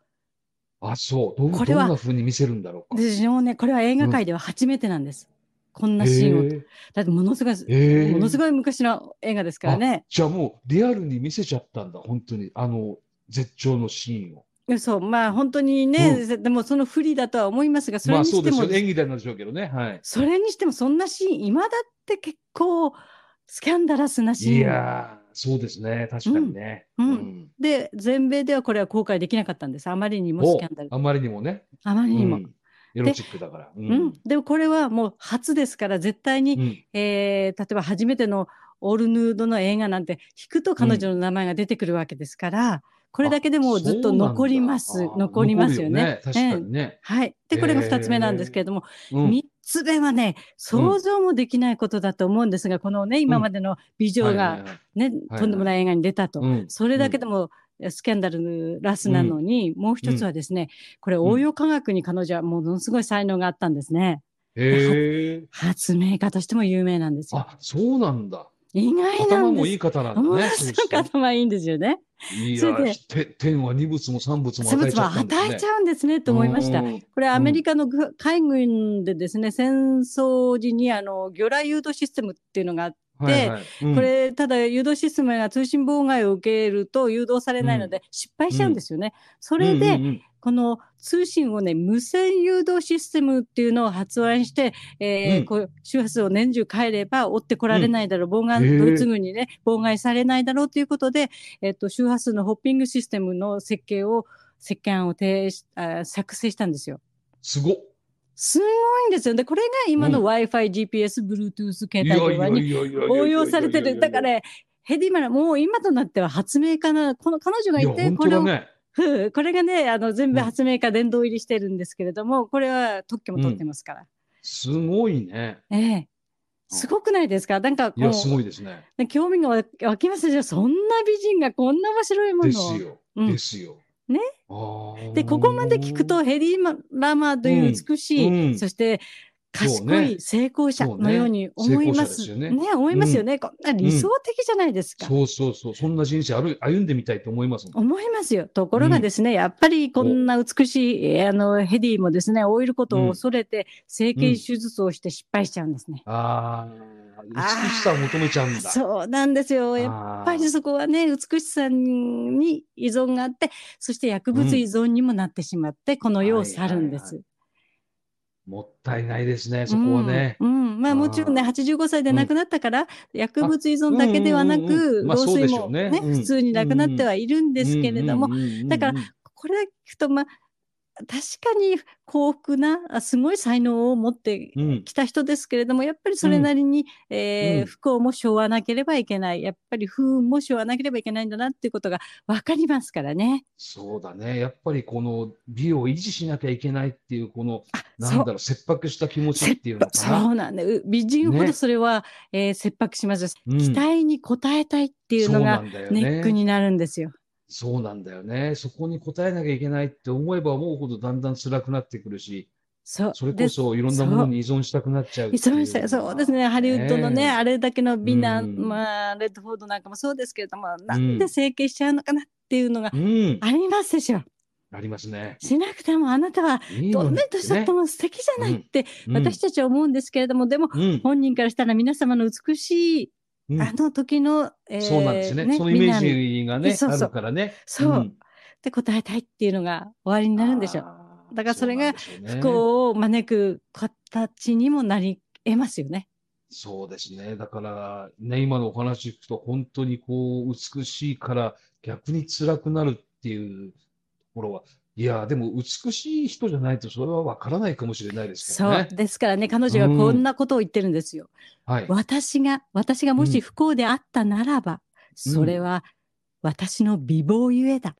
[SPEAKER 1] うんあ、そう。どう
[SPEAKER 2] これは
[SPEAKER 1] どんな風に見せるんだろうか。
[SPEAKER 2] で、非常にね、これは映画界では初めてなんです。こんなシーンを。
[SPEAKER 1] へ
[SPEAKER 2] だって、ものすごい、
[SPEAKER 1] ーへー
[SPEAKER 2] ものすごい昔の映画ですからね。
[SPEAKER 1] じゃあもうリアルに見せちゃったんだ、本当に。あの、絶頂のシーンを。
[SPEAKER 2] そう、まあ、本当にね、でもその不利だとは思いますが、それ
[SPEAKER 1] まあ
[SPEAKER 2] に
[SPEAKER 1] そ
[SPEAKER 2] し
[SPEAKER 1] うで
[SPEAKER 2] て
[SPEAKER 1] す
[SPEAKER 2] も
[SPEAKER 1] よね。演技なんでしょうけどね。はい。
[SPEAKER 2] それにしても、そんなシーン、今だって結構、スキャンダラスなシーン。
[SPEAKER 1] いやー、そうですね。確かにね。
[SPEAKER 2] うんうん
[SPEAKER 1] ん
[SPEAKER 2] で全米ではこれは公開できなかったんですあまりにもス
[SPEAKER 1] お
[SPEAKER 2] キャンダル
[SPEAKER 1] あまりにもね。
[SPEAKER 2] あまりにも、
[SPEAKER 1] う
[SPEAKER 2] うん
[SPEAKER 1] んエロチックだから。うん
[SPEAKER 2] でもこれはもう初ですから絶対に、
[SPEAKER 1] うん
[SPEAKER 2] えー例えば初めてのオールヌードの映画なんて引くと彼女の名前が出てくるわけですから、これだけでもうずっと残ります
[SPEAKER 1] あそうなんだあー
[SPEAKER 2] 残りますよね。
[SPEAKER 1] 残るよ確かにね。
[SPEAKER 2] はい、でこれが2つ目なんですけれども、
[SPEAKER 1] うん
[SPEAKER 2] 3つ目はね想像もできないことだと思うんですが、このね今までの美女
[SPEAKER 1] はい
[SPEAKER 2] が、
[SPEAKER 1] はいはい
[SPEAKER 2] ね
[SPEAKER 1] はい
[SPEAKER 2] とんでもない映画に出たと、
[SPEAKER 1] うん
[SPEAKER 2] それだけでもスキャンダルラスなのに、もう一つはですね、これ応用科学に彼女はものすごい才能があったんですね。
[SPEAKER 1] へえ。
[SPEAKER 2] 発明家としても有名なんですよ。
[SPEAKER 1] あ、そうなんだ。
[SPEAKER 2] 意外な
[SPEAKER 1] 頭
[SPEAKER 2] ん
[SPEAKER 1] も
[SPEAKER 2] です。
[SPEAKER 1] いい方なんだね。
[SPEAKER 2] ものすごく
[SPEAKER 1] そうそう
[SPEAKER 2] 頭いいんですよね。
[SPEAKER 1] い
[SPEAKER 2] そ
[SPEAKER 1] や
[SPEAKER 2] れで
[SPEAKER 1] て天は二物も三物も
[SPEAKER 2] つ
[SPEAKER 1] 与
[SPEAKER 2] ぶ
[SPEAKER 1] え
[SPEAKER 2] つ
[SPEAKER 1] ち
[SPEAKER 2] ぶ
[SPEAKER 1] ゃったんですね。
[SPEAKER 2] 与えちゃうんですねと思いました。
[SPEAKER 1] うん
[SPEAKER 2] これアメリカのぐ海軍でですね、戦争時にあの魚雷誘導システムっていうのがあっ
[SPEAKER 1] はいはいうん
[SPEAKER 2] これただ誘導システムが通信妨害を受けると誘導されないので失敗しちゃうんですよね。それで、
[SPEAKER 1] うんうんうん
[SPEAKER 2] この通信をね無線誘導システムっていうのを発案して、えー
[SPEAKER 1] うん
[SPEAKER 2] こう周波数を年中変えれば追ってこられないだろう、妨害
[SPEAKER 1] へー
[SPEAKER 2] ドイツ軍にね妨害されないだろうということで、えっと周波数のホッピングシステムの設計を設計案を提しあ作成したんですよ。
[SPEAKER 1] すごっ
[SPEAKER 2] すごいんですよ。でこれが今の
[SPEAKER 1] うん
[SPEAKER 2] Wi-Fi、GPS、Bluetooth 携
[SPEAKER 1] い
[SPEAKER 2] 帯
[SPEAKER 1] やいや
[SPEAKER 2] 電
[SPEAKER 1] いや
[SPEAKER 2] 話
[SPEAKER 1] いや
[SPEAKER 2] に
[SPEAKER 1] いやいや
[SPEAKER 2] 応用されて
[SPEAKER 1] いやい
[SPEAKER 2] る。
[SPEAKER 1] や
[SPEAKER 2] だ
[SPEAKER 1] いやいや
[SPEAKER 2] から、ヘディマラ、もう今となっては発明家な、この彼女がい
[SPEAKER 1] いや
[SPEAKER 2] て、
[SPEAKER 1] 本
[SPEAKER 2] こ
[SPEAKER 1] 当
[SPEAKER 2] れ
[SPEAKER 1] だ
[SPEAKER 2] を、
[SPEAKER 1] ね。
[SPEAKER 2] ふうこれがね、あの、全部
[SPEAKER 1] うん
[SPEAKER 2] 発明家殿堂入りしてるんですけれども、これは特許も取ってますから。
[SPEAKER 1] すごいね。
[SPEAKER 2] ええ。すごくないですかなんかこ
[SPEAKER 1] いや、すご
[SPEAKER 2] う、
[SPEAKER 1] いですね。
[SPEAKER 2] 興味が湧湧きますよ。そんな美人がこんな面白いものを。
[SPEAKER 1] ですよ。
[SPEAKER 2] うん
[SPEAKER 1] ですよ。
[SPEAKER 2] ね
[SPEAKER 1] あー
[SPEAKER 2] で、ここまで聞くと、ヘディマラマという美しい、
[SPEAKER 1] うんうん
[SPEAKER 2] そして、賢
[SPEAKER 1] そう
[SPEAKER 2] い
[SPEAKER 1] ね
[SPEAKER 2] 成功者
[SPEAKER 1] そうね
[SPEAKER 2] のように思います。
[SPEAKER 1] 成功者ですよね
[SPEAKER 2] 思いますよね。こんな理想的じゃないですか。
[SPEAKER 1] そうそうそう。そんな人生歩い歩んでみたいと思いますもん。
[SPEAKER 2] 思いますよ。ところがですね、やっぱりこんな美しい、えーあのヘディもですね、老いることを恐れて、整形手術をして失敗しちゃうんですね。
[SPEAKER 1] ああ、美しさを求めちゃうんだ。
[SPEAKER 2] そうなんですよ。やっ
[SPEAKER 1] っ
[SPEAKER 2] ぱりそこはね、美しさに依存があって、そして薬物依存にもなってしまって、この世を去るんです。
[SPEAKER 1] もったいないですね、そこはね。
[SPEAKER 2] うん。うんまあもちろんね、
[SPEAKER 1] あー
[SPEAKER 2] 85歳で亡くなったから、薬物依存だけではな
[SPEAKER 1] うんうんうんう
[SPEAKER 2] く、
[SPEAKER 1] んまあ
[SPEAKER 2] 老
[SPEAKER 1] そうで
[SPEAKER 2] 衰
[SPEAKER 1] しょ
[SPEAKER 2] も
[SPEAKER 1] うね
[SPEAKER 2] ね、
[SPEAKER 1] うん
[SPEAKER 2] 普通に亡くなってはいるんですけれども、
[SPEAKER 1] うんうんうんうんうん、
[SPEAKER 2] だからこれだけ聞くと、まあ、確かに幸福なあすごい才能を持って
[SPEAKER 1] うん、
[SPEAKER 2] きた人ですけれどもやっぱりそれなりに、えー
[SPEAKER 1] うん
[SPEAKER 2] 不幸も背負わなければいけないやっぱり不運も背負わなければいけないんだなっていうことが分かりますからね。
[SPEAKER 1] そうだね。やっぱりこの美を維持しなきゃいけないっていう、この、な
[SPEAKER 2] そ
[SPEAKER 1] ん
[SPEAKER 2] う
[SPEAKER 1] だろう、切迫した気持ちっていうのかな。
[SPEAKER 2] そうなんだう美人ほど
[SPEAKER 1] ね
[SPEAKER 2] それは、えー切迫しますよ、
[SPEAKER 1] うん
[SPEAKER 2] 期待に応えたいっていうの
[SPEAKER 1] そうな
[SPEAKER 2] が
[SPEAKER 1] んだよね
[SPEAKER 2] ネックになるんですよ。
[SPEAKER 1] そうなんだよね。そこに応えなきゃいけないって思えば思うほどだんだん辛くなってくるし、
[SPEAKER 2] そう
[SPEAKER 1] それこ
[SPEAKER 2] で
[SPEAKER 1] そいろんなものに依存したくなっちゃうってい
[SPEAKER 2] そう
[SPEAKER 1] う
[SPEAKER 2] で
[SPEAKER 1] の
[SPEAKER 2] すね
[SPEAKER 1] が
[SPEAKER 2] そうですね、ハリウッドのね、
[SPEAKER 1] え
[SPEAKER 2] あれだけの美男、
[SPEAKER 1] うん
[SPEAKER 2] まあ、レッドフォードなんかもそうですけれども、な
[SPEAKER 1] うんん
[SPEAKER 2] で整形しちゃうのかなっていうのが
[SPEAKER 1] うん、
[SPEAKER 2] ありますでしょ。
[SPEAKER 1] ありますね。
[SPEAKER 2] しなくてもあなたはい
[SPEAKER 1] い
[SPEAKER 2] ど
[SPEAKER 1] の
[SPEAKER 2] ん
[SPEAKER 1] に
[SPEAKER 2] な年だっても素敵じゃないって
[SPEAKER 1] うん
[SPEAKER 2] 私たちは思うんですけれども、でも
[SPEAKER 1] うん
[SPEAKER 2] 本人からしたら皆様の美しい
[SPEAKER 1] うん
[SPEAKER 2] あの時の、えー
[SPEAKER 1] そうなんですね。そのイ
[SPEAKER 2] 美
[SPEAKER 1] メ
[SPEAKER 2] 男っ
[SPEAKER 1] ージがね、
[SPEAKER 2] そうそう
[SPEAKER 1] あるからね。
[SPEAKER 2] そうんて答えたいっていうのが終わりになるんでしょう。
[SPEAKER 1] あー
[SPEAKER 2] だからそれが
[SPEAKER 1] うなんでしょうね
[SPEAKER 2] 不幸を招く形にもなり得ますよね。
[SPEAKER 1] そうですね。だから、ね、今のお話聞くと、本当にこう、美しいから逆に辛くなるっていうところは、いや、でも美しい人じゃないと、それは分からないかもしれないですけど
[SPEAKER 2] そう
[SPEAKER 1] ね。
[SPEAKER 2] ですからね彼女がこんなことを言ってるんですよ。
[SPEAKER 1] はい。
[SPEAKER 2] 私が私がもし不幸であったならば、それは私の美貌ゆえだ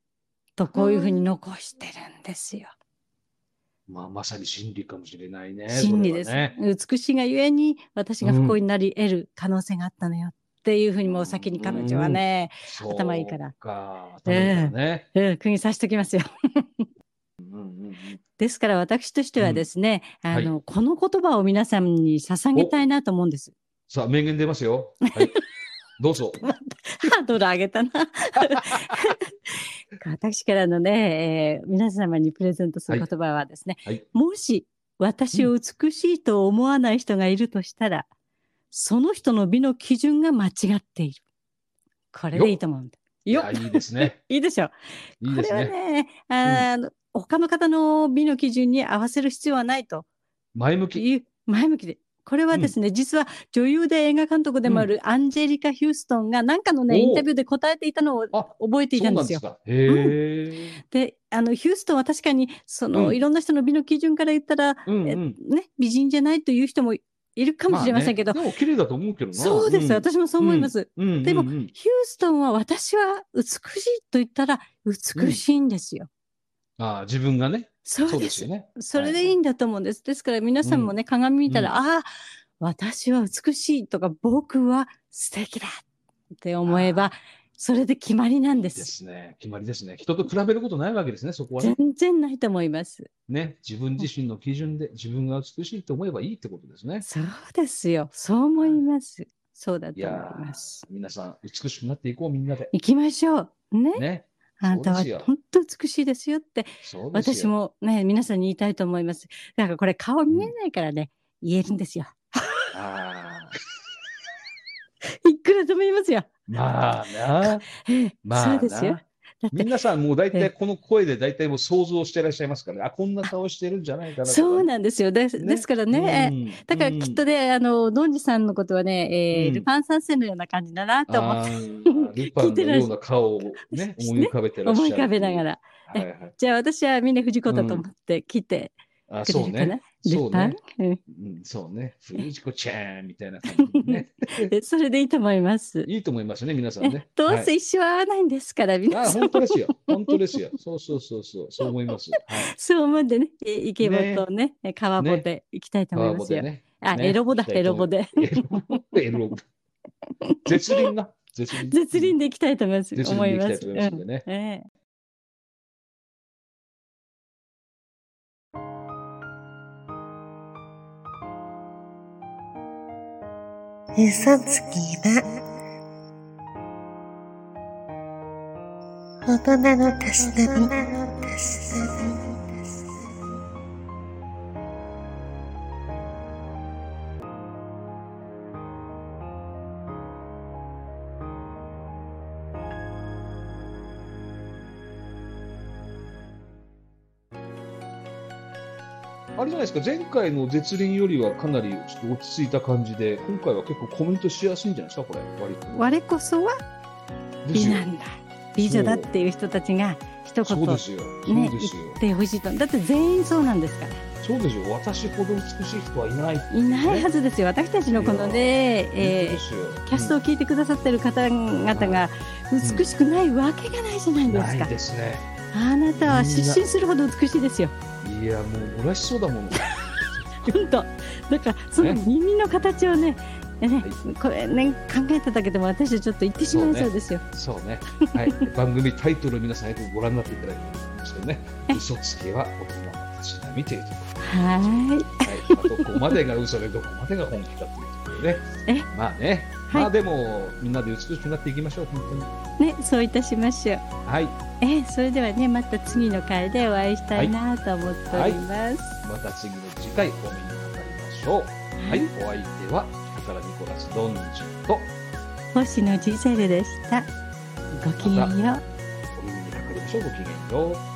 [SPEAKER 2] とこういうふうに残してるんですよ。
[SPEAKER 1] まあ、まさに真理かもしれないね。
[SPEAKER 2] 真理です、
[SPEAKER 1] それはね。
[SPEAKER 2] 美しいがゆえに私が不幸になり得る可能性があったのよっていうふうにもう先に彼女はね、頭いいから
[SPEAKER 1] そうか。頭いいからね。
[SPEAKER 2] うん、釘刺しときますよ。
[SPEAKER 1] うんうんうん。
[SPEAKER 2] ですから私としてはですね、
[SPEAKER 1] ん
[SPEAKER 2] あのこの言葉を皆さんに捧げたいなと思うんです。
[SPEAKER 1] さあ、名言出ますよ。 はい。どうぞ。
[SPEAKER 2] ハ ードル上げたな。私からのね、えー皆様にプレゼントする言葉はですね、
[SPEAKER 1] はいはい
[SPEAKER 2] もし私を美しいと思わない人がいるとしたら、その人の美の基準が間違っている。これでいいと思うんだ。よ
[SPEAKER 1] いやいいですね。
[SPEAKER 2] いいでしょう。
[SPEAKER 1] いいです
[SPEAKER 2] これは
[SPEAKER 1] ね。
[SPEAKER 2] ね、あーあの他の方の美の基準に合わせる必要はないと
[SPEAKER 1] 前向き。
[SPEAKER 2] いう前向きで。これはですね、実は女優で映画監督でもあるアンジェリカ・ヒューストンが何かのね、
[SPEAKER 1] おう
[SPEAKER 2] インタビューで答えていたのを
[SPEAKER 1] あ、
[SPEAKER 2] 覚えてい
[SPEAKER 1] そ
[SPEAKER 2] た
[SPEAKER 1] うん
[SPEAKER 2] で
[SPEAKER 1] なん
[SPEAKER 2] す
[SPEAKER 1] です
[SPEAKER 2] よ。
[SPEAKER 1] か。へえ。
[SPEAKER 2] であのヒューストンは確かにその、
[SPEAKER 1] うん
[SPEAKER 2] いろんな人の美の基準から言ったら、
[SPEAKER 1] うんうん。
[SPEAKER 2] ね、美人じゃないという人もいるかもしれませんけど、
[SPEAKER 1] まあねでも綺麗だと思うけどな。
[SPEAKER 2] そうです、
[SPEAKER 1] ん、
[SPEAKER 2] 私もそう思います。
[SPEAKER 1] うんうんうん
[SPEAKER 2] でもヒューストンは私は美しいと言ったら美しいんですよ。
[SPEAKER 1] ああ自分がね、
[SPEAKER 2] そう
[SPEAKER 1] そう
[SPEAKER 2] で
[SPEAKER 1] です
[SPEAKER 2] す
[SPEAKER 1] よね。
[SPEAKER 2] それでいいんだと思うんです。ですから皆さんもね、鏡見たら、ああ、私は美しいとか、僕は素敵だって思えば、それで決まりなん
[SPEAKER 1] で
[SPEAKER 2] です。
[SPEAKER 1] すね。決まりですね。人と比べることないわけですね、そこはね
[SPEAKER 2] 全。然ないと思います。
[SPEAKER 1] ね自分自身の基準で自分が美しいと思えばいいってことですね。
[SPEAKER 2] そうですよ。そう思います。そうだと
[SPEAKER 1] い
[SPEAKER 2] 思い
[SPEAKER 1] やー
[SPEAKER 2] ます。
[SPEAKER 1] 皆さん、美しくなっていこう、みんなで。
[SPEAKER 2] 行きましょう。ね。
[SPEAKER 1] ね。
[SPEAKER 2] あなたは
[SPEAKER 1] そうですよ
[SPEAKER 2] 本当美しいですよって、
[SPEAKER 1] そうですよ
[SPEAKER 2] 私。もね、皆さんに言いたいと思います。だからこれ顔見えないからね、言えるんですよ。
[SPEAKER 1] ああ。
[SPEAKER 2] くらでも 言いますよ。
[SPEAKER 1] まあ な。
[SPEAKER 2] ええ
[SPEAKER 1] まあ
[SPEAKER 2] そうですよ
[SPEAKER 1] な。
[SPEAKER 2] だって
[SPEAKER 1] 皆さんもう大
[SPEAKER 2] ええ
[SPEAKER 1] 体この声で大体もう想像してらっしゃいますからね。あ、こんな顔してるんじゃないかなとかね。
[SPEAKER 2] そうなんですよ。です,、
[SPEAKER 1] ね
[SPEAKER 2] ですからね、
[SPEAKER 1] うん
[SPEAKER 2] だから
[SPEAKER 1] うん
[SPEAKER 2] きっとね、あの、ドンジさんのことはね、えー
[SPEAKER 1] うん
[SPEAKER 2] ルパン三世のような感じだなと思っ
[SPEAKER 1] あールパンのような顔を ね、
[SPEAKER 2] 聞いてらっしゃる
[SPEAKER 1] 思い浮かべて
[SPEAKER 2] て
[SPEAKER 1] らっしゃ
[SPEAKER 2] 思
[SPEAKER 1] る。
[SPEAKER 2] い浮かべながら。
[SPEAKER 1] はいはい。
[SPEAKER 2] じゃあ私は峰藤子だと思って来て
[SPEAKER 1] あ、
[SPEAKER 2] くれ
[SPEAKER 1] そう
[SPEAKER 2] るかな
[SPEAKER 1] ね。。そう
[SPEAKER 2] ルパン
[SPEAKER 1] ね。
[SPEAKER 2] うん
[SPEAKER 1] うん、そう ね。藤子ちゃんみたいな感じでね。
[SPEAKER 2] えそれでいいと思います。
[SPEAKER 1] いいと思いますね、皆さん
[SPEAKER 2] え
[SPEAKER 1] ね。
[SPEAKER 2] どう
[SPEAKER 1] はい
[SPEAKER 2] せ一生合わないんですから、皆
[SPEAKER 1] あ、
[SPEAKER 2] さん
[SPEAKER 1] 本当ですよ。本当ですよ。そうそうそうそう、そう思います。 はい。
[SPEAKER 2] そう思うんでね、えイケボとね、え川ボで行きたいと思いますよ。
[SPEAKER 1] ね。
[SPEAKER 2] あ、
[SPEAKER 1] ね
[SPEAKER 2] エロボだ、エロボで。
[SPEAKER 1] エロボ、エロボ。絶倫な。絶倫。
[SPEAKER 2] 絶倫で行きたいと思います。
[SPEAKER 1] 絶
[SPEAKER 2] 思
[SPEAKER 1] 倫でい
[SPEAKER 2] い
[SPEAKER 1] き
[SPEAKER 2] ま
[SPEAKER 1] たい
[SPEAKER 2] す。
[SPEAKER 1] と思いますんでね。
[SPEAKER 2] うんええ
[SPEAKER 4] 嘘つきは大人のたしなみ
[SPEAKER 1] あれじゃないですか、前回の絶倫よりはかなりちょっと落ち着いた感じで、今回は結構コメントしやすいんじゃないですか、これ、割と。
[SPEAKER 2] 我こそは
[SPEAKER 1] です
[SPEAKER 2] 美
[SPEAKER 1] よ
[SPEAKER 2] なんだ。美女だっていう人たちが一
[SPEAKER 1] そう
[SPEAKER 2] 言
[SPEAKER 1] ですよ。そう
[SPEAKER 2] ね
[SPEAKER 1] ですよ
[SPEAKER 2] 言っ。てほしいと。だって全員そうなんですから。
[SPEAKER 1] そうですよ。私ほど美しい人はいない。
[SPEAKER 2] いないはずですよ。私たちのこのね、えーキャストを聞いてくださってる方々が美しくないわけがないじゃない
[SPEAKER 1] て
[SPEAKER 2] で
[SPEAKER 1] な
[SPEAKER 2] す
[SPEAKER 1] い
[SPEAKER 2] か。
[SPEAKER 1] ですね。
[SPEAKER 2] あなたは失神するほど美しいですよ。
[SPEAKER 1] いや、もう、嬉しそうだもん。
[SPEAKER 2] 本当。だからその
[SPEAKER 1] ね
[SPEAKER 2] 耳の形をね、ね
[SPEAKER 1] はい
[SPEAKER 2] これね考えただけでも私はちょっと言ってしまうそうですよ。
[SPEAKER 1] そうね。はい。 番組タイトルを皆さんよくご覧になっていただいてるんですけどね。嘘つきは大人のたしなみというとこ
[SPEAKER 2] はーい。
[SPEAKER 1] ろ。はい。まあどこまでが嘘でどこまでが本気かというところでね。まあね。
[SPEAKER 2] はい
[SPEAKER 1] まあでも、みんなで美しくなっていきましょう。本当に。
[SPEAKER 2] ねそういたしましょう。
[SPEAKER 1] はい。
[SPEAKER 2] えーそれではねまた次の回でお会いしたいなと思っております。
[SPEAKER 1] また次の次回お目にかかりましょう。はい。お相手は、宝ニコラス・ドンジュと、
[SPEAKER 2] 星野ジゼルでした。ごきげんよう。
[SPEAKER 1] お耳にかかりましょう。ごきげんよう。